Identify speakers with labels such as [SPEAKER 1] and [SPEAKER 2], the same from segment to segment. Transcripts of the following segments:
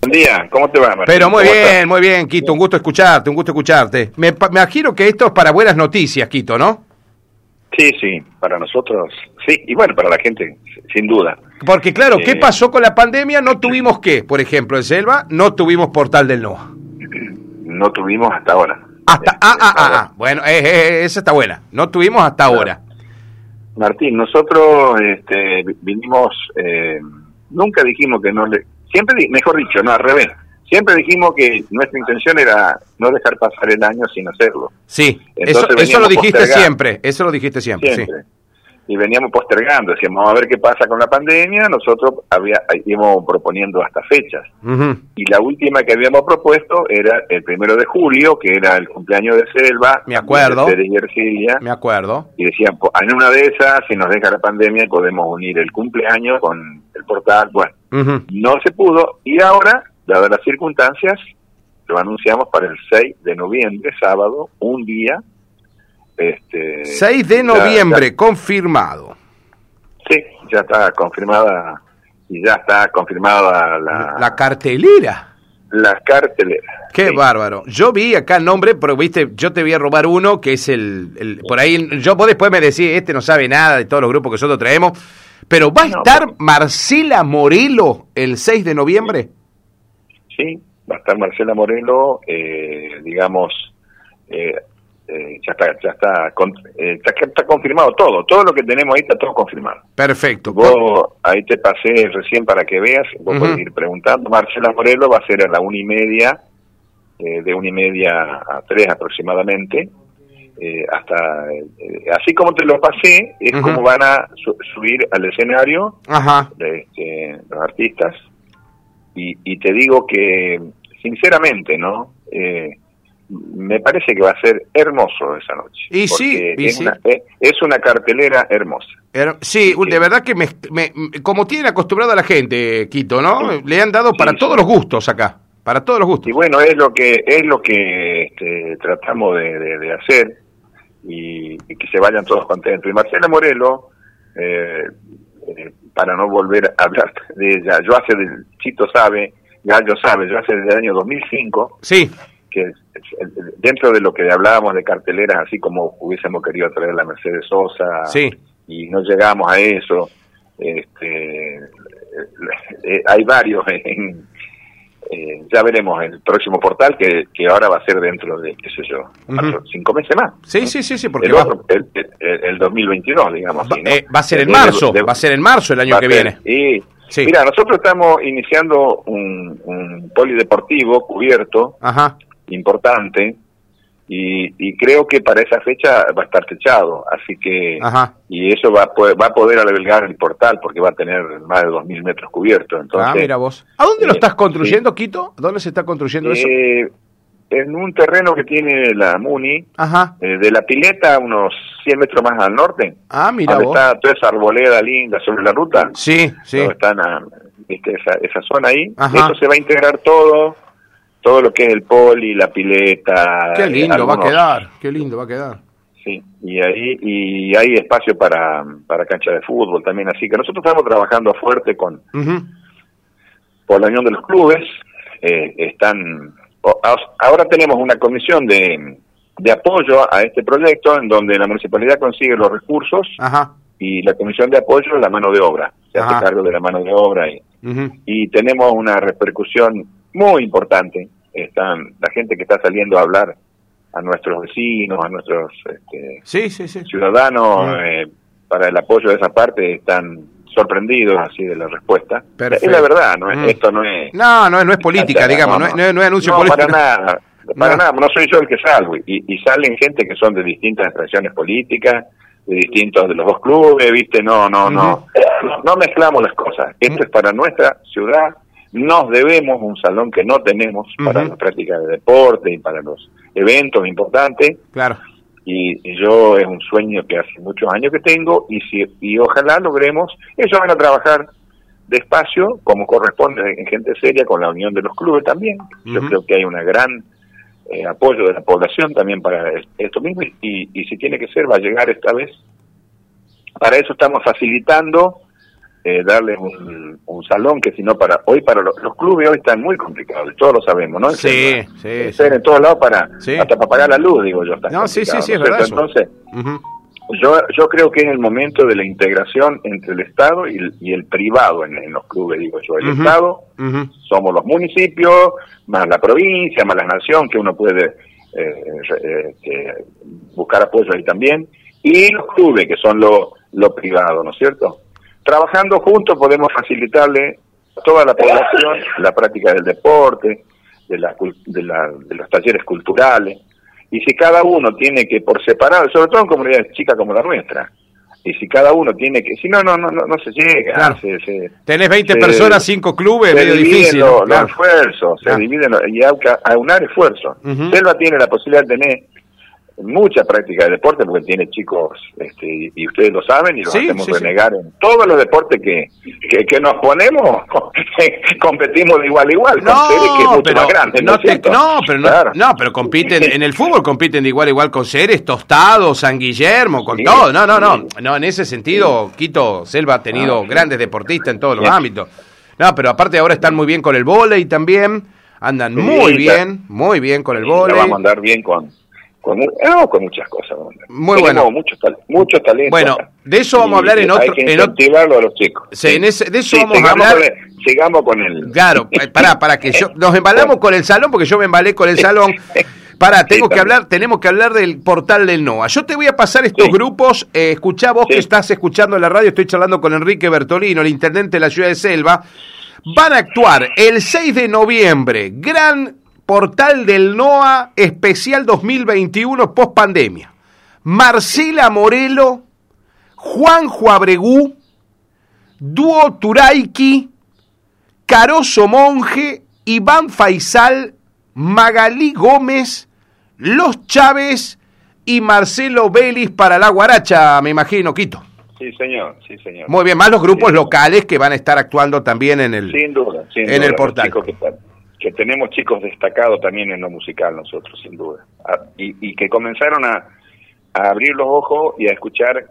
[SPEAKER 1] Buen día, ¿cómo te va? Martín?
[SPEAKER 2] Pero muy
[SPEAKER 1] ¿Cómo
[SPEAKER 2] bien,
[SPEAKER 1] estás?
[SPEAKER 2] muy bien, Quito. Un gusto escucharte, un gusto escucharte. Me, pa- me imagino que esto es para buenas noticias, Quito, ¿no?
[SPEAKER 1] Sí, sí, para nosotros, sí, y bueno, para la gente, sin duda.
[SPEAKER 2] Porque claro, ¿qué
[SPEAKER 1] Eh.
[SPEAKER 2] pasó con la pandemia? No tuvimos qué, por ejemplo, en Selva, no tuvimos Portal del NOA.
[SPEAKER 1] No tuvimos hasta ahora.
[SPEAKER 2] Hasta,
[SPEAKER 1] Eh,
[SPEAKER 2] ah, ah,
[SPEAKER 1] hasta
[SPEAKER 2] ah,
[SPEAKER 1] ahora.
[SPEAKER 2] ah. bueno, eh, eh, eh, esa está buena. No tuvimos hasta ahora.
[SPEAKER 1] Martín, nosotros este, vi- vinimos, eh, nunca dijimos que no le, siempre, di- mejor dicho, no, al revés, siempre dijimos que nuestra intención era no dejar pasar el año sin hacerlo,
[SPEAKER 2] Sí,
[SPEAKER 1] Entonces
[SPEAKER 2] eso, eso lo
[SPEAKER 1] veníamos
[SPEAKER 2] dijiste
[SPEAKER 1] postergando.
[SPEAKER 2] siempre, eso lo dijiste siempre,
[SPEAKER 1] siempre. Y veníamos postergando, decíamos, vamos a ver qué pasa con la pandemia, nosotros había, íbamos proponiendo hasta fechas.
[SPEAKER 2] sí. Ujú.
[SPEAKER 1] Y la última que habíamos propuesto era el primero de julio, que era el cumpleaños de Selva.
[SPEAKER 2] Me acuerdo.
[SPEAKER 1] de Ceres y Ercilia.
[SPEAKER 2] Me acuerdo.
[SPEAKER 1] Y decían, po- en una de esas, si nos deja la pandemia, podemos unir el cumpleaños con el portal. Bueno,
[SPEAKER 2] Ujú.
[SPEAKER 1] no se pudo. Y ahora, dadas las circunstancias, lo anunciamos para el 6 de noviembre, sábado, un día. Este,
[SPEAKER 2] 6 de
[SPEAKER 1] ya-
[SPEAKER 2] noviembre, confirmado.
[SPEAKER 1] ya- sí, ya está confirmada. Y ya está confirmada la,
[SPEAKER 2] La cartelera.
[SPEAKER 1] la cartelera.
[SPEAKER 2] Qué
[SPEAKER 1] Sí.
[SPEAKER 2] bárbaro. Yo vi acá el nombre, pero viste, yo te voy a robar uno que es el, el- por ahí. Yo vos después me decís, este no sabe nada de todos los grupos que nosotros traemos. Pero va a
[SPEAKER 1] No,
[SPEAKER 2] estar Marcela Morelo el 6 de noviembre.
[SPEAKER 1] Sí, va a estar Marcela Morelo, eh, digamos, eh, eh, ya está, ya está, con- eh, está, está confirmado todo, todo lo que tenemos ahí está todo confirmado.
[SPEAKER 2] Perfecto.
[SPEAKER 1] Vos, ahí te pasé recién para que veas, vos
[SPEAKER 2] Ujú.
[SPEAKER 1] podés ir preguntando. Marcela Morelo va a ser a la una y media, eh, de una y media a tres aproximadamente. eh, hasta eh, así como te lo pasé es
[SPEAKER 2] Ujú.
[SPEAKER 1] como van a su- subir al escenario
[SPEAKER 2] Ajá.
[SPEAKER 1] de, este, los artistas y, y te digo que sinceramente no Eh, me parece que va a ser hermoso esa noche
[SPEAKER 2] Y sí,
[SPEAKER 1] porque
[SPEAKER 2] y
[SPEAKER 1] es,
[SPEAKER 2] sí.
[SPEAKER 1] Una, eh, es una cartelera hermosa
[SPEAKER 2] Er- Sí,
[SPEAKER 1] Sí,
[SPEAKER 2] de
[SPEAKER 1] sí.
[SPEAKER 2] verdad que me, me- me- como tienen acostumbrado a la gente, Quito, ¿no? Le han dado
[SPEAKER 1] Sí,
[SPEAKER 2] para
[SPEAKER 1] sí.
[SPEAKER 2] todos los gustos acá. Para todos los
[SPEAKER 1] y
[SPEAKER 2] gustos.
[SPEAKER 1] bueno es lo que es lo que este, tratamos de, de- de hacer y, y que se vayan todos contentos y Marcela Morelo eh, eh, para no volver a hablar de ella yo hace del Chito sabe Gallo sabe yo hace desde el año 2005
[SPEAKER 2] Sí.
[SPEAKER 1] que es- es- dentro de lo que hablábamos de carteleras, así como hubiésemos querido traer la Mercedes Sosa
[SPEAKER 2] Sí.
[SPEAKER 1] y no llegamos a eso, este, eh, hay varios. en- eh, ya veremos el próximo portal que, que ahora va a ser dentro de, qué sé yo, cuatro, cinco meses más.
[SPEAKER 2] Sí, sí, sí, sí, porque
[SPEAKER 1] El,
[SPEAKER 2] va,
[SPEAKER 1] otro- el, el- el 2022, digamos.
[SPEAKER 2] va-
[SPEAKER 1] así, ¿no?
[SPEAKER 2] eh, va a ser en
[SPEAKER 1] De-
[SPEAKER 2] marzo.
[SPEAKER 1] de-
[SPEAKER 2] Va a ser en marzo el año
[SPEAKER 1] va
[SPEAKER 2] que
[SPEAKER 1] a ser.
[SPEAKER 2] viene.
[SPEAKER 1] Y,
[SPEAKER 2] Sí.
[SPEAKER 1] Mira, nosotros estamos iniciando un, un polideportivo cubierto
[SPEAKER 2] Ajá.
[SPEAKER 1] importante y, y creo que para esa fecha va a estar techado, así que
[SPEAKER 2] Ajá.
[SPEAKER 1] y eso va a, po- va a poder albergar el portal porque va a tener más de 2.000 metros cubiertos. Entonces,
[SPEAKER 2] ah, mira vos. ¿A dónde lo
[SPEAKER 1] eh,
[SPEAKER 2] estás construyendo, Quito? ¿Dónde se está construyendo eso?
[SPEAKER 1] eh, en un terreno que tiene la MUNI,
[SPEAKER 2] Ajá.
[SPEAKER 1] eh, de la pileta unos 100 metros más al norte,
[SPEAKER 2] Ah, mira
[SPEAKER 1] donde
[SPEAKER 2] vos.
[SPEAKER 1] está toda esa arboleda linda sobre la ruta,
[SPEAKER 2] Sí, sí.
[SPEAKER 1] donde están ah, viste, esa, esa zona ahí,
[SPEAKER 2] Ajá.
[SPEAKER 1] eso se va a integrar todo. Todo lo que es el poli, la pileta.
[SPEAKER 2] Qué
[SPEAKER 1] eh,
[SPEAKER 2] lindo va a
[SPEAKER 1] algunos-
[SPEAKER 2] quedar. Qué lindo va a quedar.
[SPEAKER 1] Sí, y ahí y hay espacio para, para cancha de fútbol también, así que nosotros estamos trabajando fuerte con
[SPEAKER 2] Ujú.
[SPEAKER 1] por la unión de los clubes. eh, están o- a- ahora tenemos una comisión de, de apoyo a este proyecto en donde la municipalidad consigue los recursos
[SPEAKER 2] Ajá.
[SPEAKER 1] y la comisión de apoyo es la mano de obra, se
[SPEAKER 2] Ah. Ajá.
[SPEAKER 1] hace cargo de la mano de obra y,
[SPEAKER 2] Ujú.
[SPEAKER 1] y tenemos una repercusión muy importante. Están la gente que está saliendo a hablar a nuestros vecinos, a nuestros este,
[SPEAKER 2] Sí, sí, sí.
[SPEAKER 1] ciudadanos
[SPEAKER 2] Mm.
[SPEAKER 1] eh, para el apoyo de esa parte están sorprendidos así de la respuesta.
[SPEAKER 2] Perfecto.
[SPEAKER 1] Es la verdad, no es-
[SPEAKER 2] Mm.
[SPEAKER 1] esto no es
[SPEAKER 2] No, no, no es política,
[SPEAKER 1] no,
[SPEAKER 2] digamos. No,
[SPEAKER 1] no.
[SPEAKER 2] es- no es- no es anuncio
[SPEAKER 1] No,
[SPEAKER 2] político.
[SPEAKER 1] para nada, para
[SPEAKER 2] No.
[SPEAKER 1] nada, no soy yo el que salgo y, y salen gente que son de distintas expresiones políticas, de distintos de los dos clubes, viste, no, no, no, no mezclamos las cosas.
[SPEAKER 2] Mm.
[SPEAKER 1] Esto es para nuestra ciudad. Nos debemos un salón que no tenemos para
[SPEAKER 2] Ujú.
[SPEAKER 1] la práctica de deporte y para los eventos importantes
[SPEAKER 2] Claro.
[SPEAKER 1] y y yo es un sueño que hace muchos años que tengo y si y ojalá logremos ellos van a trabajar despacio como corresponde en gente seria con la unión de los clubes también yo
[SPEAKER 2] Ujú.
[SPEAKER 1] creo que hay una gran eh, apoyo de la población también para es- esto mismo y, y- y si tiene que ser va a llegar esta vez para eso estamos facilitando eh, darles un, un, salón que si no para hoy para los, los, clubes hoy están muy complicados todos lo sabemos no
[SPEAKER 2] sí sí, sí.
[SPEAKER 1] en todos lados para sí. hasta para pagar la luz digo yo está
[SPEAKER 2] no sí sí sí ¿no es verdad eso.
[SPEAKER 1] entonces uh -huh. yo yo creo que es el momento de la integración entre el estado y el, y el privado en, en, los clubes digo yo el uh -huh. estado uh -huh. somos los municipios más la provincia más la nación que uno puede eh, eh, buscar apoyo ahí también y los clubes que son lo lo privado no es cierto trabajando juntos podemos facilitarle a toda la población la práctica del deporte, de, la, de, la, de, los talleres culturales. Y si cada uno tiene que, por separado, sobre todo en comunidades chicas como la nuestra, y si cada uno tiene que, si no, no, no, no, se llega.
[SPEAKER 2] Claro.
[SPEAKER 1] Se, se,
[SPEAKER 2] Tenés 20 se, personas, 5 clubes, medio difícil.
[SPEAKER 1] Los, ¿no? claro. los esfuerzos, claro. se dividen los, y aunar esfuerzos. Uh -huh. Selva tiene la posibilidad de tener mucha práctica de deporte porque tiene chicos este, y ustedes lo saben y los sí, hacemos sí, renegar sí. en todos los deportes que, que, que nos ponemos competimos de igual a igual
[SPEAKER 2] no,
[SPEAKER 1] con seres que es mucho
[SPEAKER 2] pero,
[SPEAKER 1] más grande
[SPEAKER 2] no, te, no pero no, claro. no, pero compiten en el fútbol compiten de igual a igual con seres Tostado San Guillermo con todo no no no no en ese sentido Quito Selva ha tenido ah, grandes deportistas en todos los ámbitos no pero aparte ahora están muy bien con el volei también andan muy bien muy bien con el volei
[SPEAKER 1] vamos a andar bien con con, no, con muchas cosas. ¿no?
[SPEAKER 2] Muy bueno.
[SPEAKER 1] Muchos mucho talentos.
[SPEAKER 2] Bueno, de eso vamos a hablar en otro.
[SPEAKER 1] Hay que incentivarlo en otro... a los chicos.
[SPEAKER 2] Sí, en ese, de eso sí, vamos a hablar.
[SPEAKER 1] Con sigamos con el.
[SPEAKER 2] Claro, pará, para que yo. Nos embalamos con el salón, porque yo me embalé con el salón. Pará, tengo sí, que hablar, tenemos que hablar del portal del NOA. Yo te voy a pasar estos grupos. Eh, escuchá vos que estás escuchando en la radio, estoy charlando con Enrique Bertolino, el intendente de la ciudad de Selva. Van a actuar el 6 de noviembre, gran portal del NOA especial 2021 post pandemia. Marcela Morelo, Juanjo Abregú, Duo Turaiki, Caroso Monje, Iván Faisal, Magalí Gómez, Los Chávez y Marcelo Vélez para la Guaracha, me imagino, Quito.
[SPEAKER 1] Sí, señor, sí, señor.
[SPEAKER 2] Muy bien, más los grupos sí, locales que van a estar actuando también en el,
[SPEAKER 1] sin duda, sin
[SPEAKER 2] en
[SPEAKER 1] duda,
[SPEAKER 2] el portal
[SPEAKER 1] que tenemos chicos destacados también en lo musical nosotros, sin duda, Ah, y, y que comenzaron a, a, abrir los ojos y a escuchar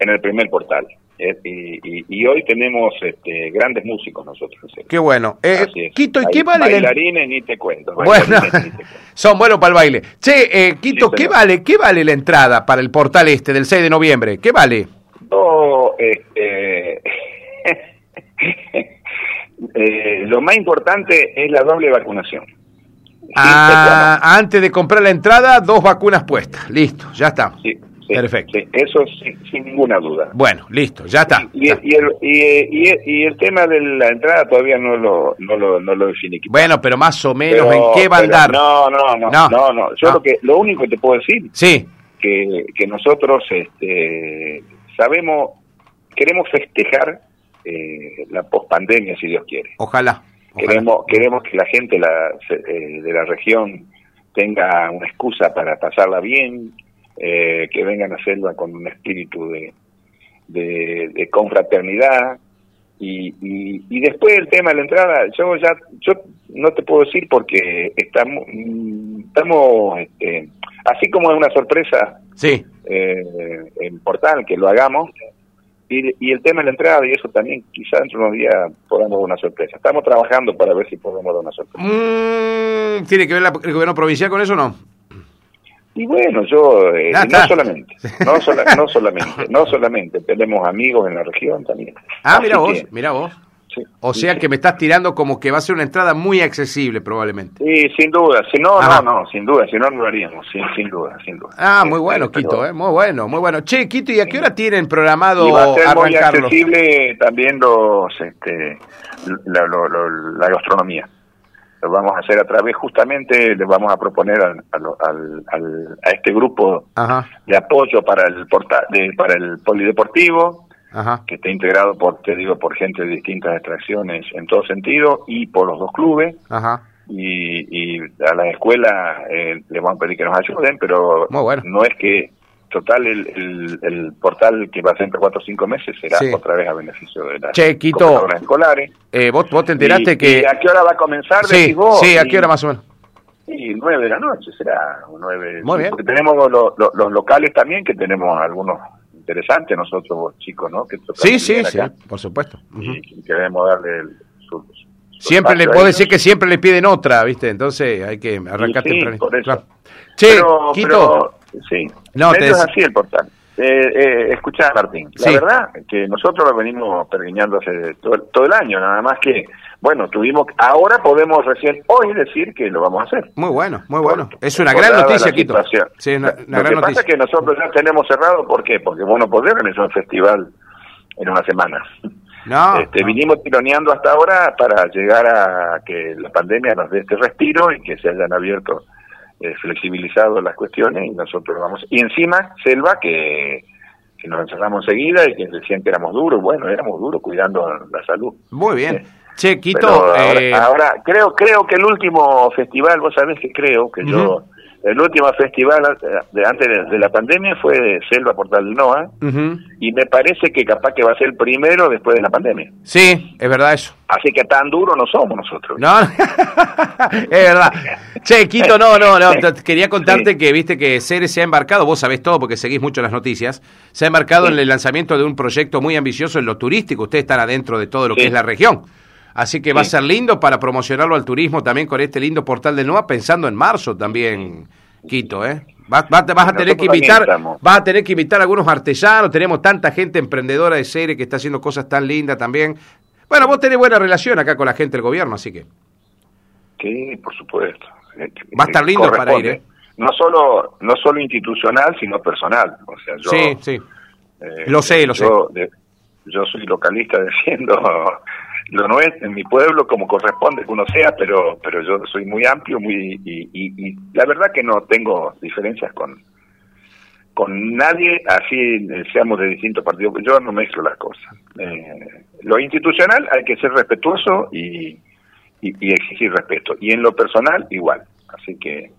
[SPEAKER 1] en el primer portal. Eh, Y, y, y hoy tenemos este, grandes músicos nosotros.
[SPEAKER 2] Qué bueno. Eh, Quito, ¿y qué vale?
[SPEAKER 1] Bailarines, el... ni te cuento.
[SPEAKER 2] Bueno, te cuento. son buenos para el baile. Che, eh, Quito, sí, ¿qué vale qué vale la entrada para el portal este del 6 de noviembre? ¿Qué vale?
[SPEAKER 1] No, este... Eh, lo más importante es la doble vacunación.
[SPEAKER 2] Ah, sí, antes de comprar la entrada, dos vacunas puestas. Listo, ya está.
[SPEAKER 1] Sí,
[SPEAKER 2] sí, Perfecto.
[SPEAKER 1] eso sin, ninguna duda.
[SPEAKER 2] Bueno, listo, ya está.
[SPEAKER 1] Y, ya. Y, el, y, el, y, el, tema de la entrada todavía no lo, no lo, no lo definí.
[SPEAKER 2] Bueno, pero más o menos, pero, ¿en qué va a andar?
[SPEAKER 1] No, no, no, no, no. no. Yo Lo, que, lo único que te puedo decir
[SPEAKER 2] sí.
[SPEAKER 1] que, que nosotros este, sabemos, queremos festejar eh, la pospandemia, si Dios quiere.
[SPEAKER 2] Ojalá.
[SPEAKER 1] ojalá. Queremos, queremos que la gente la, eh, de la región tenga una excusa para pasarla bien, eh, que vengan a hacerla con un espíritu de, de, de confraternidad. Y, y, y, después el tema de la entrada, yo ya yo no te puedo decir porque estamos, mm, estamos este, así como es una sorpresa
[SPEAKER 2] sí.
[SPEAKER 1] en eh, portal que lo hagamos, y, y, el tema de la entrada, y eso también quizás dentro de unos días podamos dar una sorpresa. Estamos trabajando para ver si podemos dar una sorpresa.
[SPEAKER 2] Mm, ¿Tiene que ver la, el gobierno provincial con eso o no?
[SPEAKER 1] Y bueno, yo, eh, ah, no, solamente, no, sola, no, solamente, no solamente, tenemos amigos en la región también.
[SPEAKER 2] Ah, mira vos, mira vos. Sí, o sea sí. que me estás tirando como que va a ser una entrada muy accesible probablemente.
[SPEAKER 1] Sí, sin duda. Si no, Ajá. no, no, sin duda. Si no, no lo haríamos. Sin, sin duda, sin duda. Ah,
[SPEAKER 2] muy bueno, Pero, Quito, eh, muy bueno, muy bueno. Che, Quito, ¿y a qué hora tienen programado
[SPEAKER 1] y va a ser arrancarlos? muy accesible también los, este, la, lo, lo, la gastronomía. Lo vamos a hacer a través, justamente, le vamos a proponer al, al, al, a este grupo
[SPEAKER 2] Ajá.
[SPEAKER 1] de apoyo para el, porta, de, para el polideportivo.
[SPEAKER 2] Ajá.
[SPEAKER 1] que está integrado por, te digo, por gente de distintas extracciones en todo sentido y por los dos clubes.
[SPEAKER 2] Ajá.
[SPEAKER 1] Y, y, a las escuelas eh, les van a pedir que nos ayuden, pero
[SPEAKER 2] bueno.
[SPEAKER 1] no es que total el, el, el, portal que va a ser entre 4 o 5 meses será sí. otra vez a beneficio de las
[SPEAKER 2] che, Quito,
[SPEAKER 1] escolares.
[SPEAKER 2] Eh, ¿vos, ¿Vos te enteraste
[SPEAKER 1] y,
[SPEAKER 2] que...?
[SPEAKER 1] Y ¿A qué hora va a comenzar?
[SPEAKER 2] Sí,
[SPEAKER 1] vos,
[SPEAKER 2] sí, ¿a qué hora más o menos?
[SPEAKER 1] Sí, 9 de la noche será, 9.
[SPEAKER 2] Muy bien.
[SPEAKER 1] Porque tenemos los, los, los locales también, que tenemos algunos interesante nosotros, chicos, ¿no? Que
[SPEAKER 2] sí, sí, sí, por supuesto.
[SPEAKER 1] Uh -huh. y, y, queremos darle el, su,
[SPEAKER 2] su siempre le puedo decir que siempre le piden otra, ¿viste? Entonces hay que arrancar
[SPEAKER 1] sí,
[SPEAKER 2] tempranito.
[SPEAKER 1] Por eso. Claro. Che, pero, Quito. Pero, sí, no, te es así el portal. Eh, eh, escuchá, Martín, la sí. verdad que nosotros lo venimos perguiñando hace todo, todo, el año, nada más que, bueno, tuvimos, ahora podemos recién hoy decir que lo vamos a hacer.
[SPEAKER 2] Muy bueno, muy bueno. Por, es una gran noticia, Quito.
[SPEAKER 1] Sí, es una, una lo gran que noticia. pasa es que nosotros ya tenemos cerrado, ¿por qué? Porque vos no podés organizar un festival en una semana.
[SPEAKER 2] Ah,
[SPEAKER 1] No, este, no. Vinimos tironeando hasta ahora para llegar a que la pandemia nos dé este respiro y que se hayan abierto eh, flexibilizado las cuestiones y nosotros vamos. Y encima, Selva, que, que nos encerramos enseguida y que decían que éramos duros, bueno, éramos duros cuidando la salud.
[SPEAKER 2] Muy bien. Eh, che, Quito. Ahora,
[SPEAKER 1] eh... ahora, creo, creo que el último festival, vos sabés que creo que uh -huh. yo. El último festival eh, de, antes de, de, la pandemia fue de Selva Portal de Noa uh -huh. y me parece que capaz que va a ser el primero después de la pandemia.
[SPEAKER 2] Sí, es verdad eso.
[SPEAKER 1] Así que tan duro no somos nosotros.
[SPEAKER 2] No, es verdad. Che, Quito, no, no, no. Quería contarte sí. que viste que Ceres se ha embarcado, vos sabés todo porque seguís mucho las noticias, se ha embarcado sí. en el lanzamiento de un proyecto muy ambicioso en lo turístico. Ustedes están adentro de todo lo sí. que es la región. Así que va sí. a ser lindo para promocionarlo al turismo también con este lindo portal de Noa, pensando en marzo también, Quito, ¿eh? Vas, vas, vas a tener que invitar, vas a tener que invitar a algunos artesanos, tenemos tanta gente emprendedora de serie que está haciendo cosas tan lindas también. Bueno, vos tenés buena relación acá con la gente del gobierno, así que.
[SPEAKER 1] Sí, por supuesto.
[SPEAKER 2] Va a estar lindo para ir, ¿eh?
[SPEAKER 1] No solo, no solo institucional, sino personal. O sea, yo,
[SPEAKER 2] sí, sí. Eh, lo sé, lo
[SPEAKER 1] yo, sé. De, yo soy localista diciendo lo no es en mi pueblo como corresponde que uno sea, pero pero yo soy muy amplio, muy y, y, y, la verdad que no tengo diferencias con con nadie, así eh, seamos de distintos partidos, yo no mezclo las cosas. Eh, lo institucional hay que ser respetuoso y, y, exigir respeto, y en lo personal igual, así que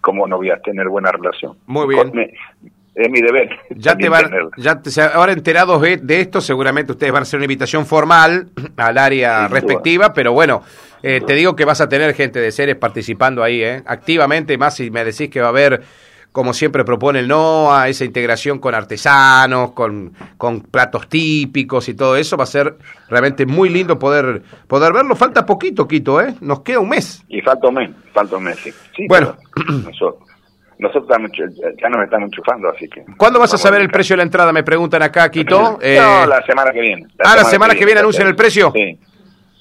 [SPEAKER 1] como no voy a tener buena relación.
[SPEAKER 2] Muy bien.
[SPEAKER 1] Con, me, es mi deber.
[SPEAKER 2] Ya te van, ya te, ahora enterados de, de, esto, seguramente ustedes van a hacer una invitación formal al área sí, respectiva, pero bueno, eh, te digo que vas a tener gente de seres participando ahí, eh, activamente, más si me decís que va a haber, como siempre propone el NOA, esa integración con artesanos, con, con platos típicos y todo eso, va a ser realmente muy lindo poder, poder verlo. Falta poquito, Quito, ¿eh? Nos queda un mes.
[SPEAKER 1] Y falta un mes, falta un mes, sí. sí
[SPEAKER 2] bueno,
[SPEAKER 1] nosotros nosotros estamos, ya nos están enchufando, así que...
[SPEAKER 2] ¿Cuándo vas a saber el precio de la entrada? Me preguntan acá, Quito.
[SPEAKER 1] Eh... No, la semana que viene.
[SPEAKER 2] La ah, semana la semana que, que viene, anuncian el precio.
[SPEAKER 1] Sí.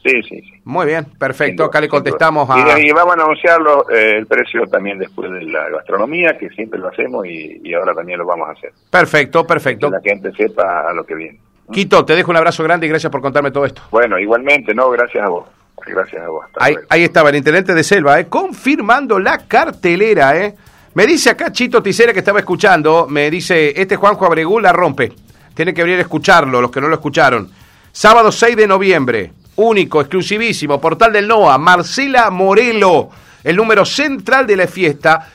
[SPEAKER 1] Sí, sí, sí.
[SPEAKER 2] Muy bien, perfecto. Acá le contestamos
[SPEAKER 1] a... Y, y vamos a anunciar eh, el precio también después de la gastronomía, que siempre lo hacemos y, y ahora también lo vamos a hacer.
[SPEAKER 2] Perfecto, perfecto.
[SPEAKER 1] Que la gente sepa a lo que viene.
[SPEAKER 2] Quito, te dejo un abrazo grande y gracias por contarme todo esto.
[SPEAKER 1] Bueno, igualmente, no, gracias a vos. Gracias a vos.
[SPEAKER 2] Ahí, ahí estaba el intendente de Selva, eh, confirmando la cartelera, ¿eh? Me dice acá Chito Ticera que estaba escuchando, me dice, este Juanjo Abregú la rompe. Tienen que venir a escucharlo, los que no lo escucharon. Sábado 6 de noviembre, único, exclusivísimo, portal del NOA, Marcela Morelo, el número central de la fiesta.